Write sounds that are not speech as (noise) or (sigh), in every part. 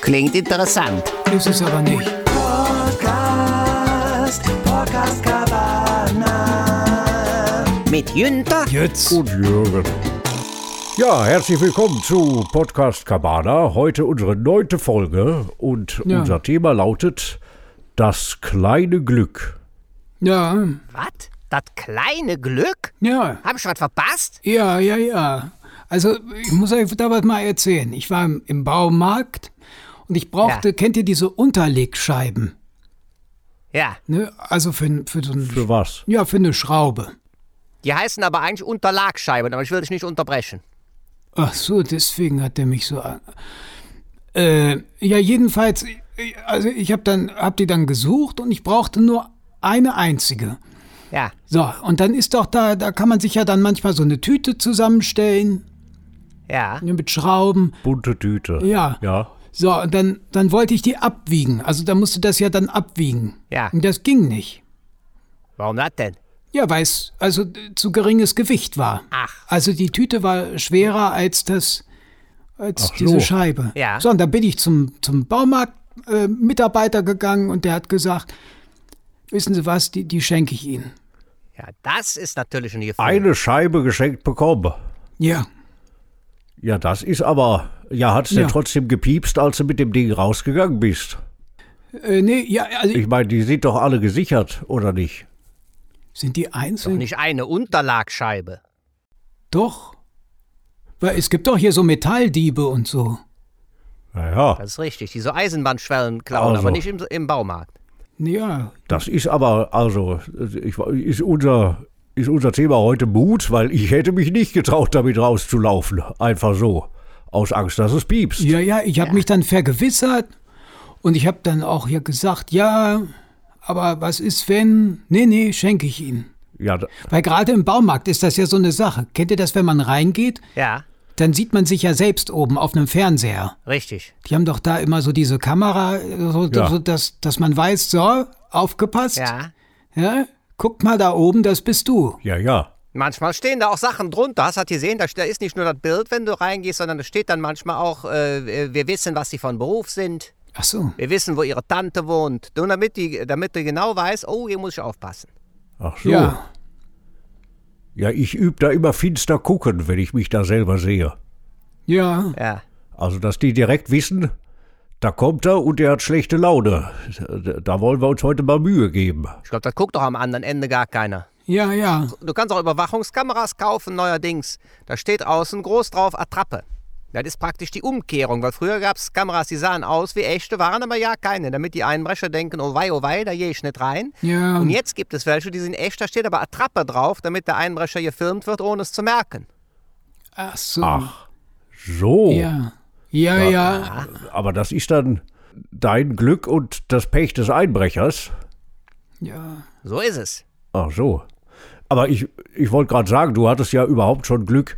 Klingt interessant. Ist es aber nicht. Podcast, Podcast Cabana. Mit Jünter. Jetzt. und Jürgen. Ja, herzlich willkommen zu Podcast Cabana. Heute unsere neunte Folge und Ja. unser Thema lautet das kleine Glück. Ja, Was? Das kleine Glück? ja, Hab ich was verpasst? ja, ja, ja. Also, ich muss euch da was mal erzählen. Ich war im, im Baumarkt und ich brauchte, Ja. kennt ihr diese Unterlegscheiben? Ja. Ne? Also für, für so ein, Für was? ja, für eine Schraube. Die heißen aber eigentlich Unterlagscheiben, aber ich will dich nicht unterbrechen. Ach so, deswegen hat der mich so an. Äh, ja, jedenfalls, also ich habe dann, hab die dann gesucht und ich brauchte nur eine einzige. Ja. So, und dann ist doch da, da kann man sich ja dann manchmal so eine Tüte zusammenstellen Ja. ne, mit Schrauben. Bunte Tüte. Ja. Ja. So, und dann, dann wollte ich die abwiegen. Also da musste das ja dann abwiegen. Ja. Und das ging nicht. Warum das denn? Ja, weil es also äh, zu geringes Gewicht war. Ach. Also die Tüte war schwerer als das, als Ach so. diese Scheibe. Ja. So, und dann bin ich zum, zum Baumarkt-Mitarbeiter äh, Mitarbeiter gegangen und der hat gesagt, wissen Sie was, die, die schenke ich Ihnen. Ja, das ist natürlich ein Gefühl. Eine Scheibe geschenkt bekommen. Ja. Ja, das ist aber. Ja, hat's denn Ja. trotzdem gepiepst, als du mit dem Ding rausgegangen bist? Äh, nee, ja, also Ich meine, die sind doch alle gesichert, oder nicht? sind die einzeln? Nicht eine Unterlagscheibe. Doch. Weil es gibt doch hier so Metalldiebe und so. Naja. Das ist richtig. Die so Eisenbahnschwellen klauen, Also. aber nicht im, im Baumarkt. Ja, Das ist aber, also, ich, ist, unser, ist unser Thema heute Mut, weil ich hätte mich nicht getraut, damit rauszulaufen. Einfach so. Aus Angst, dass es piepst. ja, ja, ich habe mich dann vergewissert und ich habe dann auch hier gesagt, ja, aber was ist, wenn? Nee, nee, schenke ich Ihnen. Ja, d- Weil gerade im Baumarkt ist das ja so eine Sache. Kennt ihr das, wenn man reingeht? Ja, Dann sieht man sich ja selbst oben auf einem Fernseher. richtig. Die haben doch da immer so diese Kamera, so, Ja. so, dass, dass man weiß, so, aufgepasst. Ja. Ja, guck mal da oben, das bist du. ja, ja. Manchmal stehen da auch Sachen drunter. Hast du das gesehen? Da, da ist nicht nur das Bild, wenn du reingehst, sondern da steht dann manchmal auch, äh, wir wissen, was sie von Beruf sind. Ach so. Wir wissen, wo ihre Tante wohnt. Nur damit die, damit du genau weißt, oh, hier muss ich aufpassen. Ach so. Ja, Ja. ich übe da immer finster gucken, wenn ich mich da selber sehe. Ja. Ja. Also, dass die direkt wissen, da kommt er und er hat schlechte Laune. Da wollen wir uns heute mal Mühe geben. Ich glaube, das guckt doch am anderen Ende gar keiner. Ja, ja. Du kannst auch Überwachungskameras kaufen, neuerdings. Da steht außen groß drauf Attrappe. Das ist praktisch die Umkehrung, weil früher gab es Kameras, die sahen aus wie echte, waren aber ja keine, damit die Einbrecher denken, oh wei, oh wei, da gehe ich nicht rein. Ja. Und jetzt gibt es welche, die sind echt, da steht aber Attrappe drauf, damit der Einbrecher gefilmt wird, ohne es zu merken. Ach so. Ach, so. Ja. Ja, ja. Aber das ist dann dein Glück und das Pech des Einbrechers. Ja. So ist es. Ach so. Aber ich, ich wollte gerade sagen, du hattest ja überhaupt schon Glück,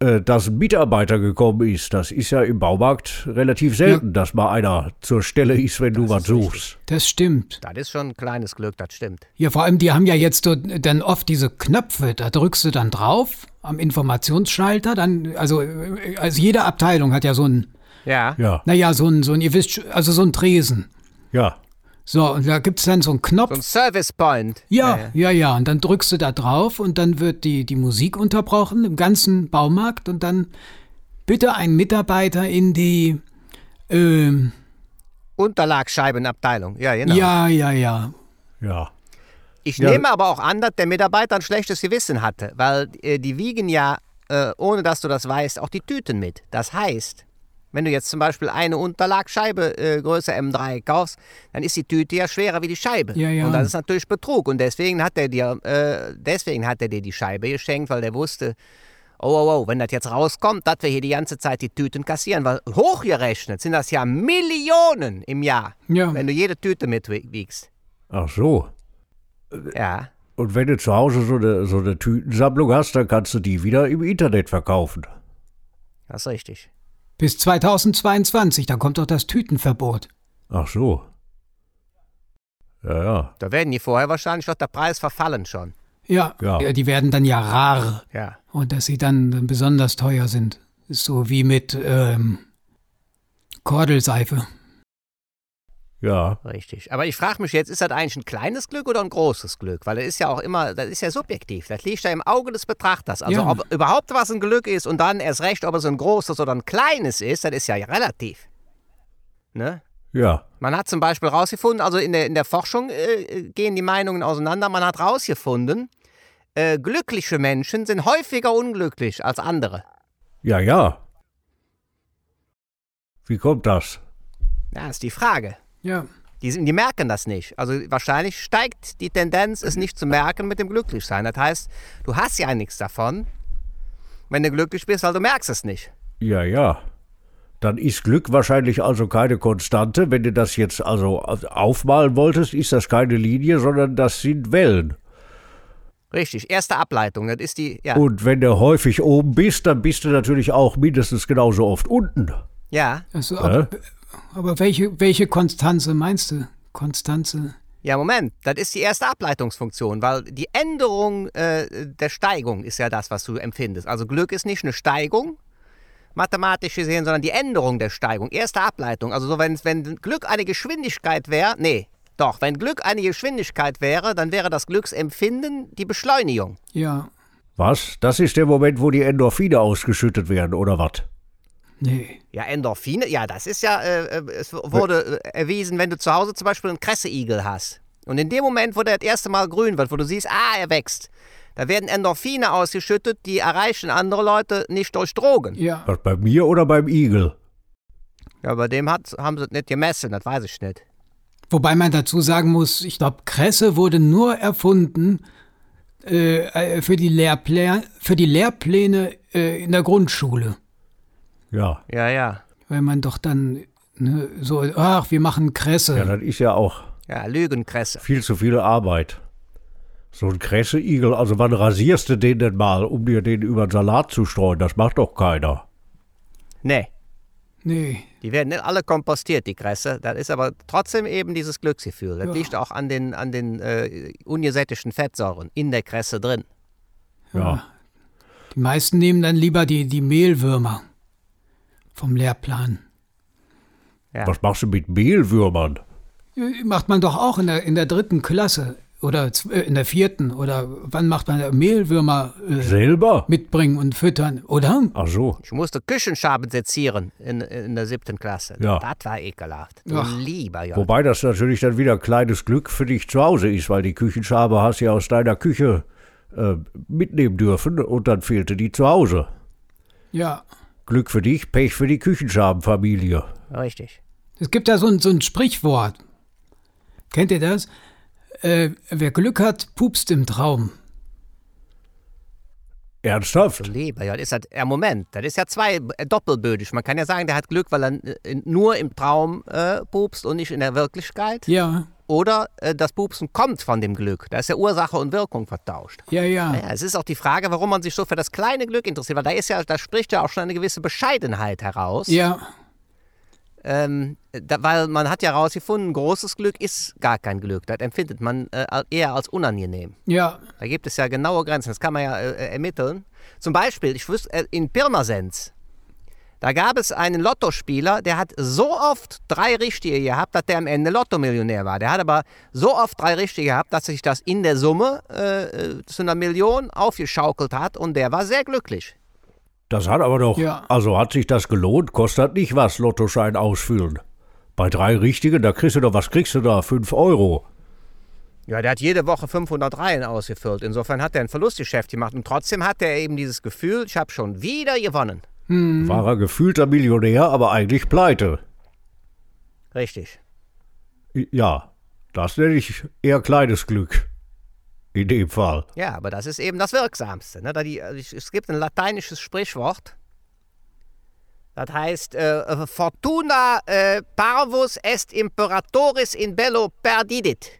äh, dass ein Mitarbeiter gekommen ist. Das ist ja im Baumarkt relativ selten, dass mal einer zur Stelle ist, wenn du was suchst. Das stimmt. Das ist schon ein kleines Glück, das stimmt. Ja, vor allem, die haben ja jetzt so, dann oft diese Knöpfe, da drückst du dann drauf am Informationsschalter, dann, also, äh, also jede Abteilung hat ja so ein, Ja. Ja, naja, so ein, so ein, ihr wisst, sch- also so ein Tresen. ja. So, und da gibt's dann so einen Knopf. So ein Service Point. ja, ja, ja, und dann drückst du da drauf und dann wird die, die Musik unterbrochen im ganzen Baumarkt und dann bitte ein Mitarbeiter in die, ähm, Unterlagscheibenabteilung. Ja, genau. ja, ja, ja, Ja. Ich Ja. nehme aber auch an, dass der Mitarbeiter ein schlechtes Gewissen hatte, weil äh, die wiegen ja, äh, ohne dass du das weißt, auch die Tüten mit. Das heißt, wenn du jetzt zum Beispiel eine Unterlagscheibe äh, Größe M3 kaufst, dann ist die Tüte ja schwerer wie die Scheibe. Ja, ja. Und das ist natürlich Betrug. Und deswegen hat er dir, äh, deswegen hat er dir die Scheibe geschenkt, weil der wusste, oh, oh, oh, wenn das jetzt rauskommt, dass wir hier die ganze Zeit die Tüten kassieren, weil hochgerechnet sind das ja Millionen im Jahr, Ja. wenn du jede Tüte mitwiegst. Ach so. Ja. Und wenn du zu Hause so eine, so eine Tütensammlung hast, dann kannst du die wieder im Internet verkaufen. Das ist richtig. Bis 2022, da kommt doch das Tütenverbot. Ach so. Ja, ja. Da werden die vorher wahrscheinlich doch der Preis verfallen schon. Ja, Ja. ja. die werden dann ja rar. Ja. Und dass sie dann besonders teuer sind. Ist so wie mit ähm, Kordelseife. Ja. Richtig. Aber ich frage mich jetzt, ist das eigentlich ein kleines Glück oder ein großes Glück? Weil das ist ja auch immer, das ist ja subjektiv. Das liegt ja im Auge des Betrachters. Also Ja. ob überhaupt was ein Glück ist und dann erst recht, ob es ein großes oder ein kleines ist, das ist ja relativ. Ne? Ja. Man hat zum Beispiel rausgefunden, also in der, in der Forschung äh, gehen die Meinungen auseinander, man hat rausgefunden, äh, glückliche Menschen sind häufiger unglücklich als andere. Ja, ja. Wie kommt das? Ja, ist die Frage. Ja. Die, sind- die merken das nicht. Also wahrscheinlich steigt die Tendenz, es nicht zu merken mit dem Glücklichsein. Das heißt, du hast ja nichts davon, wenn du glücklich bist, weil du merkst es nicht. Ja, ja. Dann ist Glück wahrscheinlich also keine Konstante. Wenn du das jetzt also aufmalen wolltest, ist das keine Linie, sondern das sind Wellen. Richtig, erste Ableitung, das ist die, ja, Und wenn du häufig oben bist, dann bist du natürlich auch mindestens genauso oft unten. ja, Also, aber, aber welche, welche Konstanze meinst du? Konstanze? ja, Moment, das ist die erste Ableitungsfunktion, weil die Änderung äh, der Steigung ist ja das, was du empfindest. Also Glück ist nicht eine Steigung, mathematisch gesehen, sondern die Änderung der Steigung, erste Ableitung. Also so, wenn, wenn Glück eine Geschwindigkeit wäre, nee, doch, wenn Glück eine Geschwindigkeit wäre, dann wäre das Glücksempfinden die Beschleunigung. Ja. Was? Das ist der Moment, wo die Endorphine ausgeschüttet werden, oder was? Nee. Ja, Endorphine, ja, das ist ja, äh, äh, es wurde äh, erwiesen, wenn du zu Hause zum Beispiel einen Kresseigel hast. Und in dem Moment, wo der das erste Mal grün wird, wo du siehst, ah, er wächst, da werden Endorphine ausgeschüttet, die erreichen andere Leute nicht durch Drogen. Ja. Was bei mir oder beim Igel? Ja, bei dem hat, haben sie es nicht gemessen, das weiß ich nicht. Wobei man dazu sagen muss, ich glaube, Kresse wurde nur erfunden äh, äh, für, die Lehrplä für die Lehrpläne äh, in der Grundschule. Ja. Ja, ja. Weil man doch dann ne, so, ach, wir machen Kresse. Ja, das ist ja auch Ja, Lügenkresse. viel zu viel Arbeit. So ein Kresseigel, also wann rasierst du den denn mal, um dir den über den Salat zu streuen? Das macht doch keiner. Nee, nee. die werden nicht alle kompostiert, die Kresse. Das ist aber trotzdem eben dieses Glücksgefühl. Das Ja. liegt auch an den, an den äh, ungesättigten Fettsäuren in der Kresse drin. Ja. Die meisten nehmen dann lieber die, die Mehlwürmer vom Lehrplan. Ja. Was machst du mit Mehlwürmern? Äh, Macht man doch auch in der, in der dritten Klasse oder zw- äh, in der vierten oder wann macht man Mehlwürmer äh, Selber? mitbringen und füttern, oder? Ach so. Ich musste Küchenschaben sezieren in, in der siebten Klasse. Ja. Das war ekelhaft. Du Ach. lieber Gott. Wobei das natürlich dann wieder kleines Glück für dich zu Hause ist, weil die Küchenschabe hast du ja aus deiner Küche äh, mitnehmen dürfen und dann fehlte die zu Hause. Ja. Glück für dich, Pech für die Küchenschabenfamilie. Richtig. Es gibt da so ein, so ein Sprichwort. Kennt ihr das? Äh, wer Glück hat, pupst im Traum. Du Ernsthaft? lieber Gott. Ist das, ja, Moment, das ist ja zwei äh, doppelbödig. Man kann ja sagen, der hat Glück, weil er äh, in- nur im Traum äh, pupst und nicht in der Wirklichkeit. Ja, Oder äh, das Pupsen kommt von dem Glück. Da ist ja Ursache und Wirkung vertauscht. ja, ja. Ja, es ist auch die Frage, warum man sich so für das kleine Glück interessiert, weil da ist ja, da spricht ja auch schon eine gewisse Bescheidenheit heraus. Ja, Ähm, da, weil man hat ja herausgefunden, großes Glück ist gar kein Glück. Das empfindet man äh, eher als unangenehm. ja. Da gibt es ja genaue Grenzen, das kann man ja äh, ermitteln. Zum Beispiel, ich wüsste, äh, in Pirmasens, da gab es einen Lottospieler, der hat so oft drei Richtige gehabt, dass der am Ende Lottomillionär war. Der hat aber so oft drei Richtige gehabt, dass sich das in der Summe äh, äh, zu einer Million aufgeschaukelt hat und der war sehr glücklich. Das hat aber doch. Ja. Also hat sich das gelohnt, kostet nicht was, Lottoschein ausfüllen. Bei drei richtigen, da kriegst du doch, was kriegst du da? Fünf Euro. Ja, der hat jede Woche 500 Reihen ausgefüllt. Insofern hat er ein Verlustgeschäft gemacht und trotzdem hat er eben dieses Gefühl, ich habe schon wieder gewonnen. War er gefühlter Millionär, aber eigentlich pleite. Richtig. Ja, das nenne ich eher kleines Glück. In dem Fall. Ja, aber das ist eben das Wirksamste. Ne? Da die, also ich- es gibt ein lateinisches Sprichwort. Das heißt, äh, Fortuna äh, parvus est imperatoris in bello perdidit.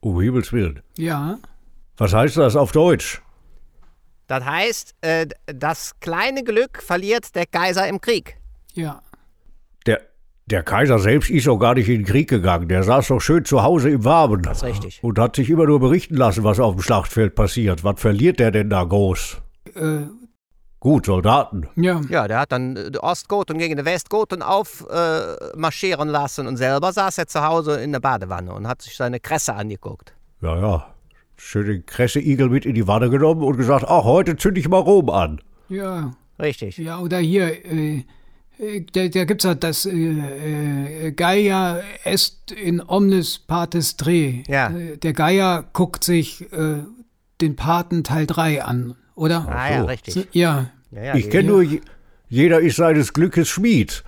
Um Himmels Willen. Ja, Was heißt das auf Deutsch? Das heißt, äh, das kleine Glück verliert der Kaiser im Krieg. ja. Der, der Kaiser selbst ist doch gar nicht in den Krieg gegangen. Der saß doch schön zu Hause im Warmen. Das ist richtig. Und hat sich immer nur berichten lassen, was auf dem Schlachtfeld passiert. Was verliert der denn da groß? Äh, Gut, Soldaten. Ja. Ja, der hat dann äh, die Ostgoten gegen die Westgoten aufmarschieren äh, marschieren lassen und selber saß er zu Hause in der Badewanne und hat sich seine Kresse angeguckt. Ja, ja. Schön den Kresse-Igel mit in die Wanne genommen und gesagt, ach, heute zünd ich mal Rom an. Ja. Richtig. Ja, oder hier, äh, äh, da, da gibt's halt das äh, äh, Gaia est in omnis partes tre. Ja. Äh, der Gaia guckt sich äh, den Paten Teil 3 an, oder? Ah ja, so. Hm, richtig. Ja. Ja, ja, Ich die- kenne nur, je- jeder ist seines Glückes Schmied.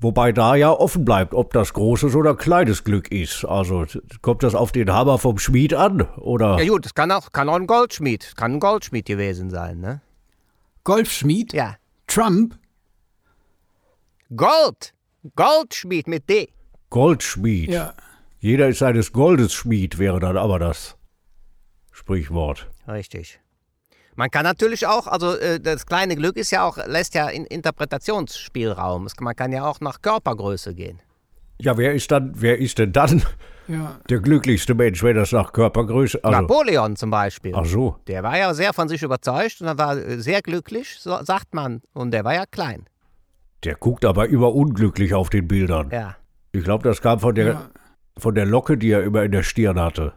Wobei da ja offen bleibt, ob das großes oder kleines Glück ist. Also t- kommt das auf den Hammer vom Schmied an? Oder Ja gut, es kann auch, kann auch ein Goldschmied, kann ein Goldschmied gewesen sein, ne? Golfschmied, Ja. Trump, Gold! Goldschmied mit D. Goldschmied? ja. Jeder ist seines Goldes Schmied, wäre dann aber das Sprichwort. Richtig. Man kann natürlich auch, also äh, das kleine Glück ist ja auch, lässt ja in Interpretationsspielraum. Es- Man kann ja auch nach Körpergröße gehen. Ja, wer ist dann, wer ist denn dann (laughs) Ja. der glücklichste Mensch, wenn das nach Körpergröße? Also, Napoleon zum Beispiel. ach so. Der war ja sehr von sich überzeugt und er war äh, sehr glücklich, so sagt man. Und der war ja klein. Der guckt aber immer unglücklich auf den Bildern. Ja. Ich glaube, das kam von der, Ja. von der Locke, die er immer in der Stirn hatte.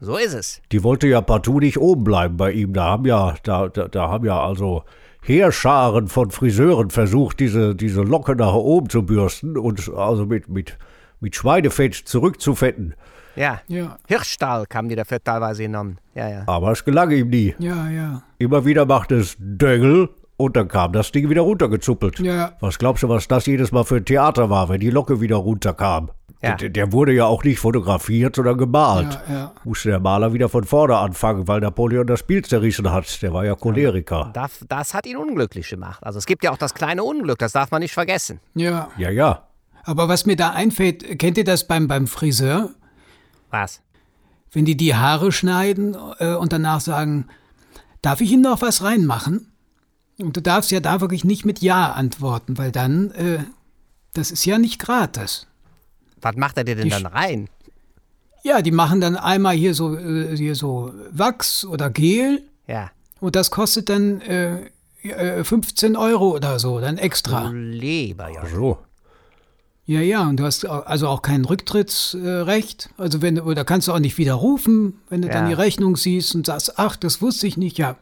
So ist es. Die wollte ja partout nicht oben bleiben bei ihm. Da haben ja, da, da, da haben ja also Heerscharen von Friseuren versucht, diese, diese Locke nach oben zu bürsten und also mit, mit, mit Schweinefett zurückzufetten. Ja. Ja. Hirschstall haben die dafür teilweise genommen. Ja, ja. Aber es gelang ihm nie. Ja, ja. Immer wieder macht es Döngel und dann kam das Ding wieder runtergezuppelt. Ja. Was glaubst du, was das jedes Mal für ein Theater war, wenn die Locke wieder runterkam? Ja. Der, der wurde ja auch nicht fotografiert, sondern gemalt. Ja, ja. Musste der Maler wieder von vorne anfangen, weil Napoleon das Bild zerrissen hat. Der war ja Choleriker. Das, das hat ihn unglücklich gemacht. Also es gibt ja auch das kleine Unglück, das darf man nicht vergessen. Ja. Ja, ja. Aber was mir da einfällt, kennt ihr das beim, beim Friseur? Was? Wenn die die Haare schneiden äh, und danach sagen, darf ich Ihnen noch was reinmachen? Und du darfst ja da wirklich nicht mit Ja antworten, weil dann, äh, das ist ja nicht gratis. Was macht er dir denn dann rein? Ja, die machen dann einmal hier so, äh, hier so Wachs oder Gel Ja. und das kostet dann äh, äh, 15 Euro oder so, dann Du extra. lieber ja. So. Ja, ja, und du hast au- also auch kein Rücktrittsrecht. Also wenn, du- oder kannst du auch nicht widerrufen, wenn du dann Ja. die Rechnung siehst und sagst, ach, das wusste ich nicht, ja.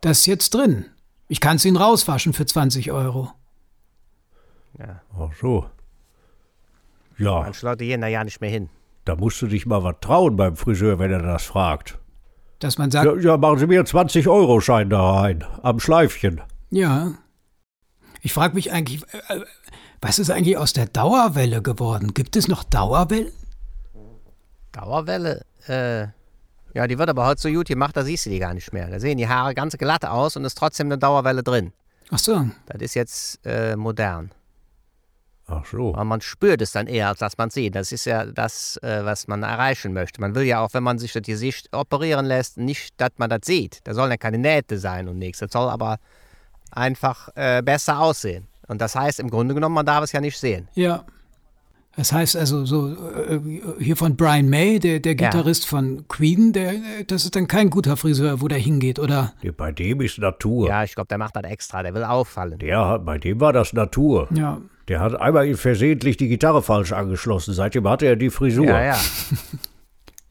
Das ist jetzt drin. Ich kann es Ihnen rauswaschen für 20 Euro. Ach so. Ja, Dann schleudert gehen da ja nicht mehr hin. da musst du dich mal was trauen beim Friseur, wenn er das fragt. Dass man Ah. sagt, Ja, ja machen Sie mir einen 20-Euro-Schein da rein, am Schleifchen. ja. Ich frage mich eigentlich, äh, äh, was ist eigentlich aus der Dauerwelle geworden? Gibt es noch Dauerwellen? Dauerwelle, äh. Ja, die wird aber heute so gut gemacht, da siehst du die gar nicht mehr. Da sehen die Haare ganz glatt aus und ist trotzdem eine Dauerwelle drin. Ach so, Das ist jetzt äh, modern. Ach so. Aber man spürt es dann eher, als dass man es sieht. Das ist ja das, äh, was man erreichen möchte. Man will ja auch, wenn man sich das Gesicht operieren lässt, nicht, dass man das sieht. Da sollen ja keine Nähte sein und nichts. Das soll aber einfach äh, besser aussehen. Und das heißt, im Grunde genommen, man darf es ja nicht sehen. ja. Das heißt also, so äh, hier von Brian May, der, der Ja. Gitarrist von Queen, der, äh, das ist dann kein guter Friseur, wo der hingeht, oder? Bei dem ist Natur. Ja, ich glaube, der macht das extra. Der will auffallen. Der, hat- bei dem war das Natur. Ja. Der hat einmal versehentlich die Gitarre falsch angeschlossen. Seitdem hatte er die Frisur. Ja, ja.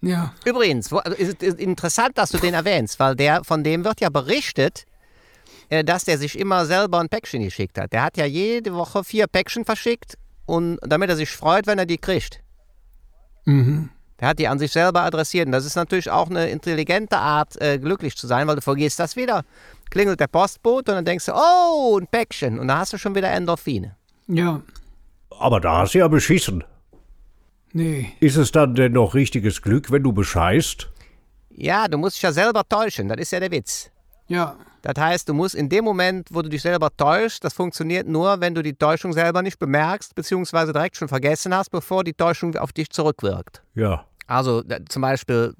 Ja, Übrigens, wo, also ist, ist interessant, dass du den erwähnst, weil der von dem wird ja berichtet, äh, dass der sich immer selber ein Päckchen geschickt hat. Der hat ja jede Woche vier Päckchen verschickt und damit er sich freut, wenn er die kriegt. Der hat die an sich selber adressiert. Und das ist natürlich auch eine intelligente Art, äh, glücklich zu sein, weil du vergisst das wieder. Klingelt der Postbote und dann denkst du, oh, ein Päckchen. Und da hast du schon wieder Endorphine. ja, Aber da hast du ja beschissen. nee. Ist es dann denn noch richtiges Glück, wenn du bescheißt? Ja, du musst dich ja selber täuschen. Das ist ja der Witz. Ja, Das heißt, du musst in dem Moment, wo du dich selber täuschst, das funktioniert nur, wenn du die Täuschung selber nicht bemerkst, beziehungsweise direkt schon vergessen hast, bevor die Täuschung auf dich zurückwirkt. Ja. Also da- zum Beispiel,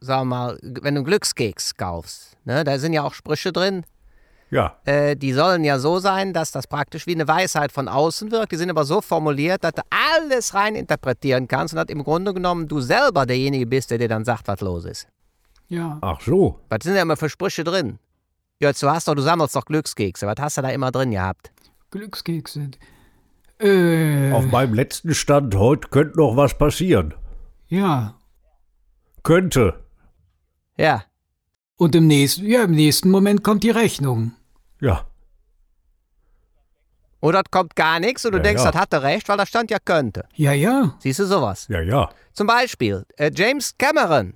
sagen wir mal, wenn du einen Glückskeks kaufst, ne, da sind ja auch Sprüche drin, Ja. äh, die sollen ja so sein, dass das praktisch wie eine Weisheit von außen wirkt. Die sind aber so formuliert, dass du alles rein interpretieren kannst und dass im Grunde genommen du selber derjenige bist, der dir dann sagt, was los ist. ja. Ach so. Was sind da immer für Sprüche drin? Jörg, du hast doch, du sammelst doch Glückskekse. Was hast du da immer drin gehabt? Glückskekse. Äh, Auf meinem letzten Stand heute könnte noch was passieren. ja. Könnte. Ja. Und im nächsten, ja, im nächsten Moment kommt die Rechnung. Ja. Oder es kommt gar nichts und du Ja, denkst, ja. das hatte recht, weil da stand ja könnte. Ja, ja. Siehst du sowas? Ja, ja. Zum Beispiel äh, James Cameron.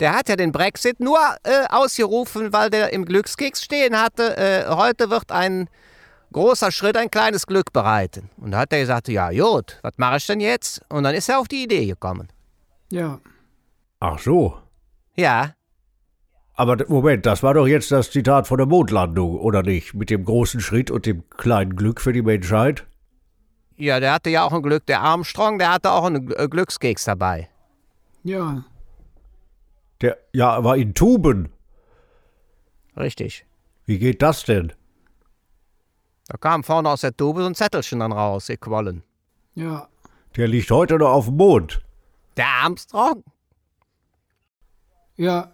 Der hat ja den Brexit nur äh, ausgerufen, weil der im Glückskeks stehen hatte. Äh, heute wird ein großer Schritt ein kleines Glück bereiten. Und da hat er gesagt, ja gut, was mache ich denn jetzt? Und dann ist er auf die Idee gekommen. Ja. Ach so. Ja, Aber d- Moment, das war doch jetzt das Zitat von der Mondlandung, oder nicht? Mit dem großen Schritt und dem kleinen Glück für die Menschheit? ja, der hatte ja auch ein Glück. Der Armstrong, der hatte auch einen Gl- äh, Glückskeks dabei. Ja. Der, ja, war in Tuben. Richtig. Wie geht das denn? Da kam vorne aus der Tube so ein Zettelchen dann raus, gequollen. Ja. Der liegt heute noch auf dem Mond. Der Armstrong? Ja.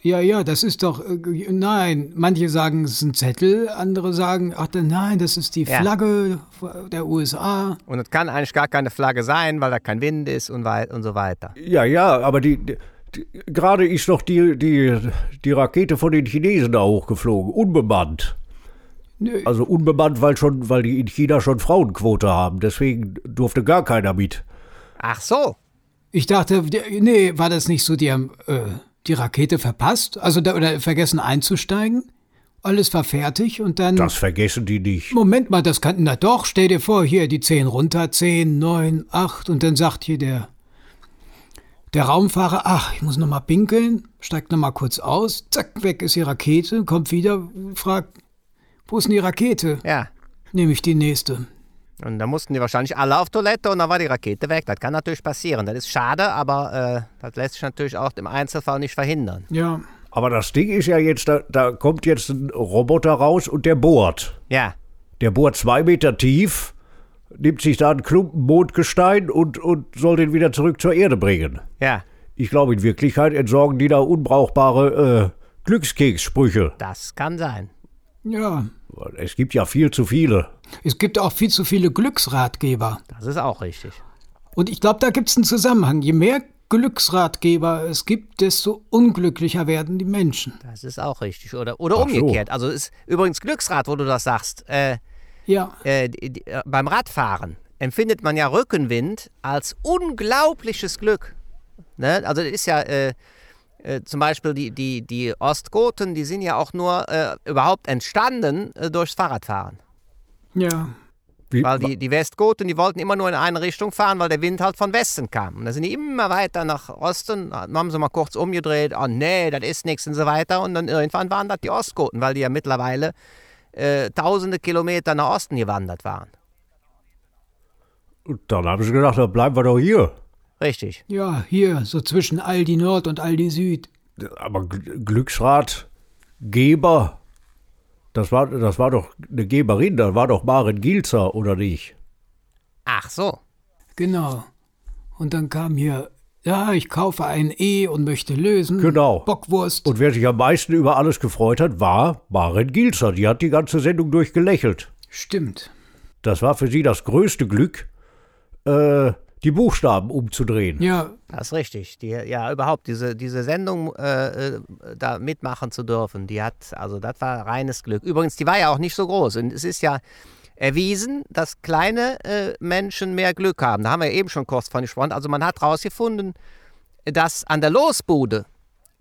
Ja, ja, das ist doch. äh, Nein, manche sagen, es ist ein Zettel, andere sagen, ach nein, das ist die Ja. Flagge der USA. Und es kann eigentlich gar keine Flagge sein, weil da kein Wind ist und, wei und so weiter. Ja, ja, aber die, die, die gerade ist noch die, die, die Rakete von den Chinesen da hochgeflogen, unbemannt. Nö, Also unbemannt, weil schon, weil die in China schon Frauenquote haben. Deswegen durfte gar keiner mit. Ach so. Ich dachte, die- nee, war das nicht so, die haben äh, die Rakete verpasst? Also da, oder vergessen einzusteigen? Alles war fertig und dann. Das vergessen die nicht. Moment mal, das kann. Na doch, stell dir vor, hier die 10 runter, 10, 9, 8 und dann sagt hier der. Der Raumfahrer, ach, ich muss nochmal pinkeln, steigt nochmal kurz aus, zack, weg ist die Rakete, kommt wieder, fragt, wo ist denn die Rakete? Ja. Nehme ich die nächste. Und da mussten die wahrscheinlich alle auf Toilette und dann war die Rakete weg. Das kann natürlich passieren. Das ist schade, aber äh, das lässt sich natürlich auch im Einzelfall nicht verhindern. Ja, Aber das Ding ist ja jetzt, da, da kommt jetzt ein Roboter raus und der bohrt. Ja. Der bohrt zwei Meter tief, nimmt sich da einen Klumpen Mondgestein und, und soll den wieder zurück zur Erde bringen. Ja. Ich glaube, in Wirklichkeit entsorgen die da unbrauchbare äh, Glückskekssprüche. Das kann sein. ja. Es gibt ja viel zu viele. Es gibt auch viel zu viele Glücksratgeber. Das ist auch richtig. Und ich glaube, da gibt es einen Zusammenhang. Je mehr Glücksratgeber es gibt, desto unglücklicher werden die Menschen. Das ist auch richtig. Oder, oder Ach so. umgekehrt. Also ist übrigens Glücksrad, wo du das sagst. Äh, Ja, äh, die, die, äh, beim Radfahren empfindet man ja Rückenwind als unglaubliches Glück. Ne? Also das ist ja äh, äh, zum Beispiel die, die, die Ostgoten, die sind ja auch nur äh, überhaupt entstanden äh, durchs Fahrradfahren. ja, Wie, Weil die, die Westgoten, die wollten immer nur in eine Richtung fahren, weil der Wind halt von Westen kam. Und da sind die immer weiter nach Osten, ah, dann haben sie mal kurz umgedreht, oh nee, das ist nichts und so weiter. Und dann irgendwann waren das die Ostgoten, weil die ja mittlerweile äh, tausende Kilometer nach Osten gewandert waren. Und dann haben sie gedacht, dann bleiben wir doch hier. Richtig. ja, hier, so zwischen Aldi Nord und Aldi Süd. Aber Gl- Glücksrat, Geber, das war, das war doch eine Geberin, da war doch Maren Gilzer, oder nicht? Ach so. Genau. Und dann kam hier, ja, ich kaufe ein E und möchte lösen. Genau. Bockwurst. Und wer sich am meisten über alles gefreut hat, war Maren Gilzer. Die hat die ganze Sendung durchgelächelt. Stimmt. Das war für sie das größte Glück, äh, die Buchstaben umzudrehen. Ja, Das ist richtig. Die, ja, überhaupt, diese, diese Sendung äh, äh, da mitmachen zu dürfen, die hat, also das war reines Glück. Übrigens, die war ja auch nicht so groß. Und es ist ja erwiesen, dass kleine äh, Menschen mehr Glück haben. Da haben wir eben schon kurz von gesprochen. Also man hat herausgefunden, dass an der Losbude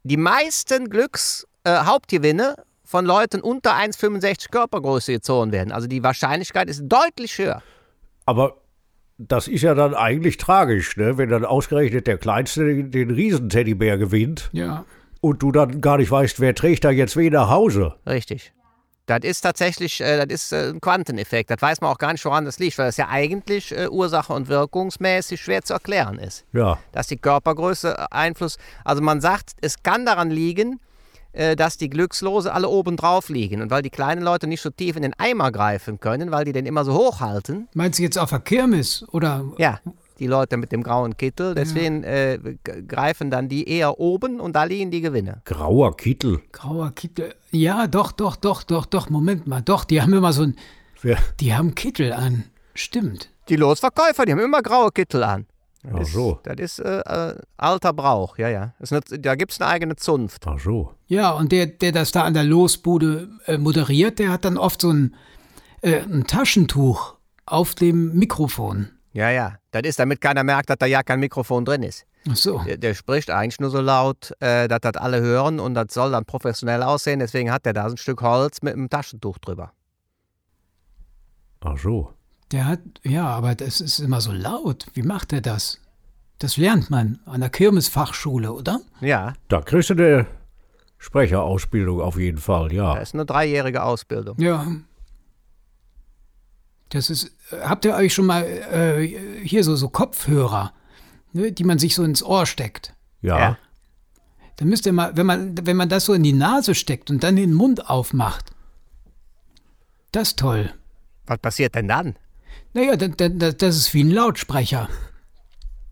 die meisten Glücks äh, Hauptgewinne von Leuten unter 1,65 Körpergröße gezogen werden. Also die Wahrscheinlichkeit ist deutlich höher. Aber das ist ja dann eigentlich tragisch, ne? wenn dann ausgerechnet der Kleinste den, den Riesenteddybär gewinnt ja. und du dann gar nicht weißt, wer trägt da jetzt wen nach Hause. Richtig. Das ist tatsächlich, äh, das ist äh, ein Quanteneffekt. Das weiß man auch gar nicht, woran das liegt, weil das ja eigentlich äh, ursache- und wirkungsmäßig schwer zu erklären ist. Ja, Dass die Körpergröße äh, Einfluss, also man sagt, es kann daran liegen, äh, dass die Glückslose alle oben drauf liegen. Und weil die kleinen Leute nicht so tief in den Eimer greifen können, weil die den immer so hoch halten, Meinst du jetzt auf der Kirmes? Oder ja, die Leute mit dem grauen Kittel. Deswegen äh, g- greifen dann die eher oben und da liegen die Gewinne. Grauer Kittel. Grauer Kittel. Ja, doch, doch, doch, doch, doch. Moment mal, doch. Die haben immer so ein. Wer- Die haben Kittel an. Stimmt. Die Losverkäufer, die haben immer graue Kittel an. Ach so, Das ist äh, äh, alter Brauch, ja, ja. Das ist eine, da gibt es eine eigene Zunft. ach so. Ja, und der, der das da an der Losbude äh, moderiert, der hat dann oft so ein, äh, ein Taschentuch auf dem Mikrofon. Ja, ja. Das ist, damit keiner merkt, dass da ja kein Mikrofon drin ist. Ach so. Der, der spricht eigentlich nur so laut, äh, dass das alle hören und das soll dann professionell aussehen. Deswegen hat der da so ein Stück Holz mit einem Taschentuch drüber. Ach so. Der hat, ja, aber das ist immer so laut. Wie macht er das? Das lernt man an der Kirmesfachschule, oder? Ja, Da kriegst du eine Sprecherausbildung auf jeden Fall, ja. das ist eine dreijährige Ausbildung. Ja. Das ist, habt ihr euch schon mal äh, hier so, so Kopfhörer, ne, die man sich so ins Ohr steckt? Ja. Ja. Dann müsst ihr mal, wenn man, wenn man das so in die Nase steckt und dann den Mund aufmacht. Das ist toll. Was passiert denn dann? Naja, das, das, das ist wie ein Lautsprecher.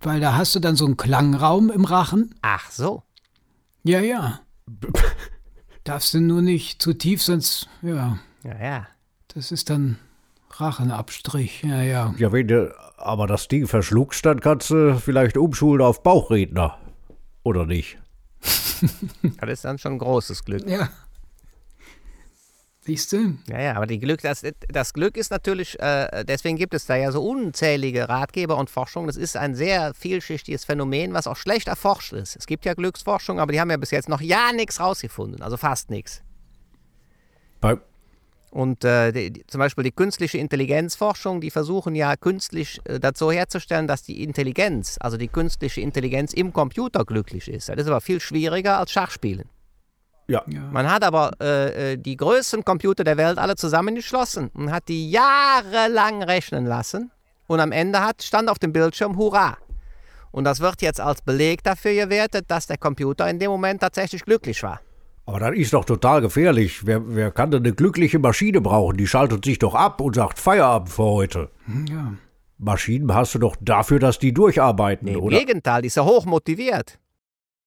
Weil da hast du dann so einen Klangraum im Rachen. Ach so. Ja, (laughs) ja. Darfst du nur nicht zu tief, sonst, ja, Ja, ja. das ist dann Rachenabstrich. Ja, ja. Ja, wenn du aber das Ding verschluckst, dann kannst du vielleicht umschulen auf Bauchredner. Oder nicht? Das ist dann schon großes Glück. Ja. Siehst du? Ja, ja, aber die Glück, das, das Glück ist natürlich, äh, deswegen gibt es da ja so unzählige Ratgeber und Forschung. Das ist ein sehr vielschichtiges Phänomen, was auch schlecht erforscht ist. Es gibt ja Glücksforschung, aber die haben ja bis jetzt noch ja nichts rausgefunden, also fast nichts. Bei, Und äh, die, die, zum Beispiel die künstliche Intelligenzforschung, die versuchen ja künstlich äh, das so herzustellen, dass die Intelligenz, also die künstliche Intelligenz im Computer glücklich ist. Das ist aber viel schwieriger als Schachspielen. ja. Man hat aber äh, äh, die größten Computer der Welt alle zusammengeschlossen und hat die jahrelang rechnen lassen. Und am Ende hat, stand auf dem Bildschirm Hurra. Und das wird jetzt als Beleg dafür gewertet, dass der Computer in dem Moment tatsächlich glücklich war. Aber das ist doch total gefährlich. Wer, wer kann denn eine glückliche Maschine brauchen? Die schaltet sich doch ab und sagt Feierabend für heute. Ja. Maschinen hast du doch dafür, dass die durcharbeiten, Im oder? Gegenteil, die ist ja hoch motiviert.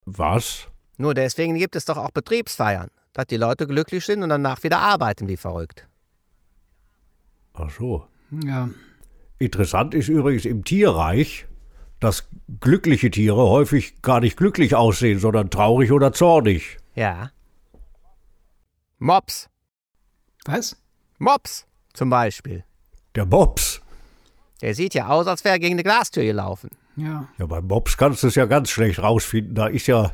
Was? Nur deswegen gibt es doch auch Betriebsfeiern, dass die Leute glücklich sind und danach wieder arbeiten wie verrückt. Ach so. Ja. Interessant ist übrigens im Tierreich, dass glückliche Tiere häufig gar nicht glücklich aussehen, sondern traurig oder zornig. Ja. Mops. Was? Mops zum Beispiel. Der Mops. Der sieht ja aus, als wäre er gegen eine Glastür gelaufen. Ja. Ja, beim Mops kannst du es ja ganz schlecht rausfinden. Da ist ja,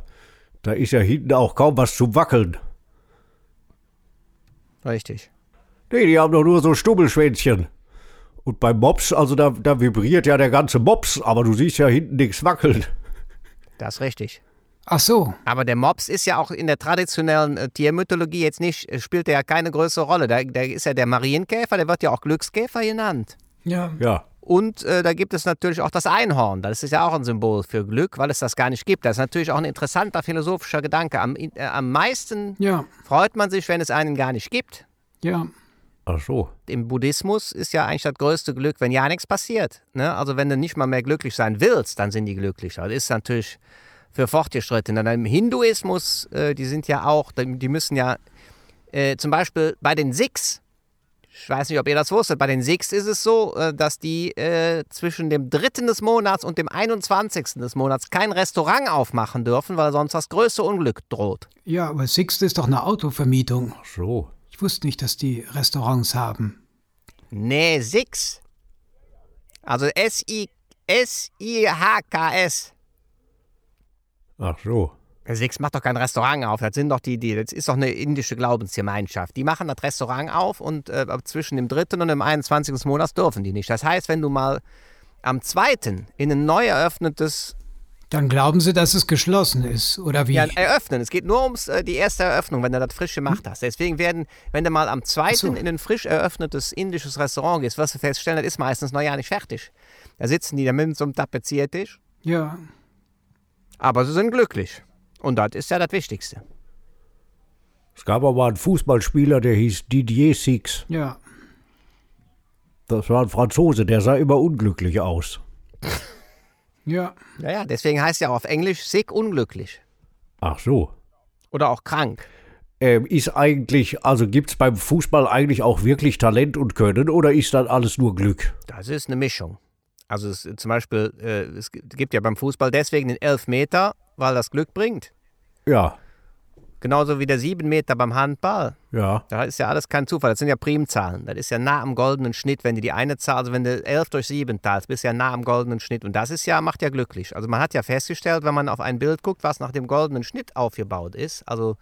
da ist ja hinten auch kaum was zum Wackeln. Richtig. Nee, die haben doch nur so Stummelschwänzchen. Und beim Mops, also da, da vibriert ja der ganze Mops, aber du siehst ja hinten nichts wackeln. Das ist richtig. Ach so. Aber der Mops ist ja auch in der traditionellen äh, Tiermythologie jetzt nicht, äh, spielt er ja keine größere Rolle. Da, da ist ja der Marienkäfer, der wird ja auch Glückskäfer genannt. Ja. Ja, Und äh, da gibt es natürlich auch das Einhorn. Das ist ja auch ein Symbol für Glück, weil es das gar nicht gibt. Das ist natürlich auch ein interessanter philosophischer Gedanke. Am, äh, am meisten Ja. freut man sich, wenn es einen gar nicht gibt. Ja. ach so. Im Buddhismus ist ja eigentlich das größte Glück, wenn ja nichts passiert. Ne? Also wenn du nicht mal mehr glücklich sein willst, dann sind die glücklicher. Das ist natürlich für Fortgeschrittene. Dann Im Hinduismus, äh, die sind ja auch, die die müssen ja äh, zum Beispiel bei den Sikhs, ich weiß nicht, ob ihr das wusstet, bei den Sikhs ist es so, äh, dass die äh, zwischen dem 3. des Monats und dem 21. des Monats kein Restaurant aufmachen dürfen, weil sonst das größte Unglück droht. Ja, aber Sixt ist doch eine Autovermietung. Ach so. Ich wusste nicht, dass die Restaurants haben. Nee, Six. Also S-I-S-I-H-K-S. Ach so. Six macht doch kein Restaurant auf. Das sind doch die, die, das ist doch eine indische Glaubensgemeinschaft. Die machen das Restaurant auf und äh, ab zwischen dem 3. und dem 21. des Monats dürfen die nicht. Das heißt, wenn du mal am 2. in ein neu eröffnetes, Dann glauben sie, dass es geschlossen ist, oder wie? ja, eröffnen, es geht nur ums äh, die erste Eröffnung, wenn du das frisch gemacht hast. Deswegen werden, wenn du mal am 2. Hm. so. in ein frisch eröffnetes indisches Restaurant gehst, wirst du feststellen, das ist meistens noch ja nicht fertig. Da sitzen die da mit so einem Tapeziertisch ja. Aber sie sind glücklich. Und das ist ja das Wichtigste. Es gab aber mal einen Fußballspieler, der hieß Didier Six. Ja. Das war ein Franzose, der sah immer unglücklich aus. Ja. Ja, ja, deswegen heißt ja auch auf Englisch sick unglücklich Ach so. oder auch krank. Ähm, ist eigentlich, also gibt es beim Fußball eigentlich auch wirklich Talent und Können oder ist dann alles nur Glück? Das ist eine Mischung. Also es, zum Beispiel, äh, es gibt ja beim Fußball deswegen den Elfmeter, weil das Glück bringt. Ja, Genauso wie der Siebenmeter beim Handball. ja. Da ist ja alles kein Zufall. Das sind ja Primzahlen. Das ist ja nah am goldenen Schnitt, wenn du die eine Zahl, also wenn du 11 durch 7 teilst, bist du ja nah am goldenen Schnitt. Und das ist ja, macht ja glücklich. Also man hat ja festgestellt, wenn man auf ein Bild guckt, was nach dem goldenen Schnitt aufgebaut ist, also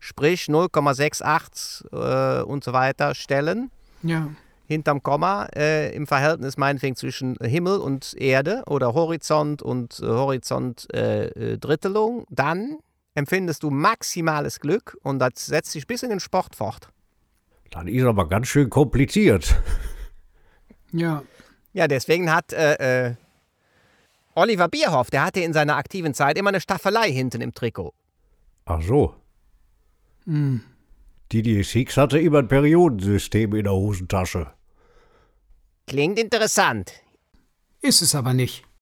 sprich 0,68 äh, und so weiter Stellen Ja. hinterm Komma äh, im Verhältnis meinetwegen zwischen Himmel und Erde oder Horizont und äh, Horizont äh, äh, Drittelung, dann empfindest du maximales Glück und das setzt sich bis in den Sport fort. Dann ist aber ganz schön kompliziert. Ja. Ja, deswegen hat äh, äh, Oliver Bierhoff, der hatte in seiner aktiven Zeit immer eine Staffelei hinten im Trikot. Ach so. Didier Six hatte immer ein Periodensystem in der Hosentasche. Klingt interessant. Ist es aber nicht.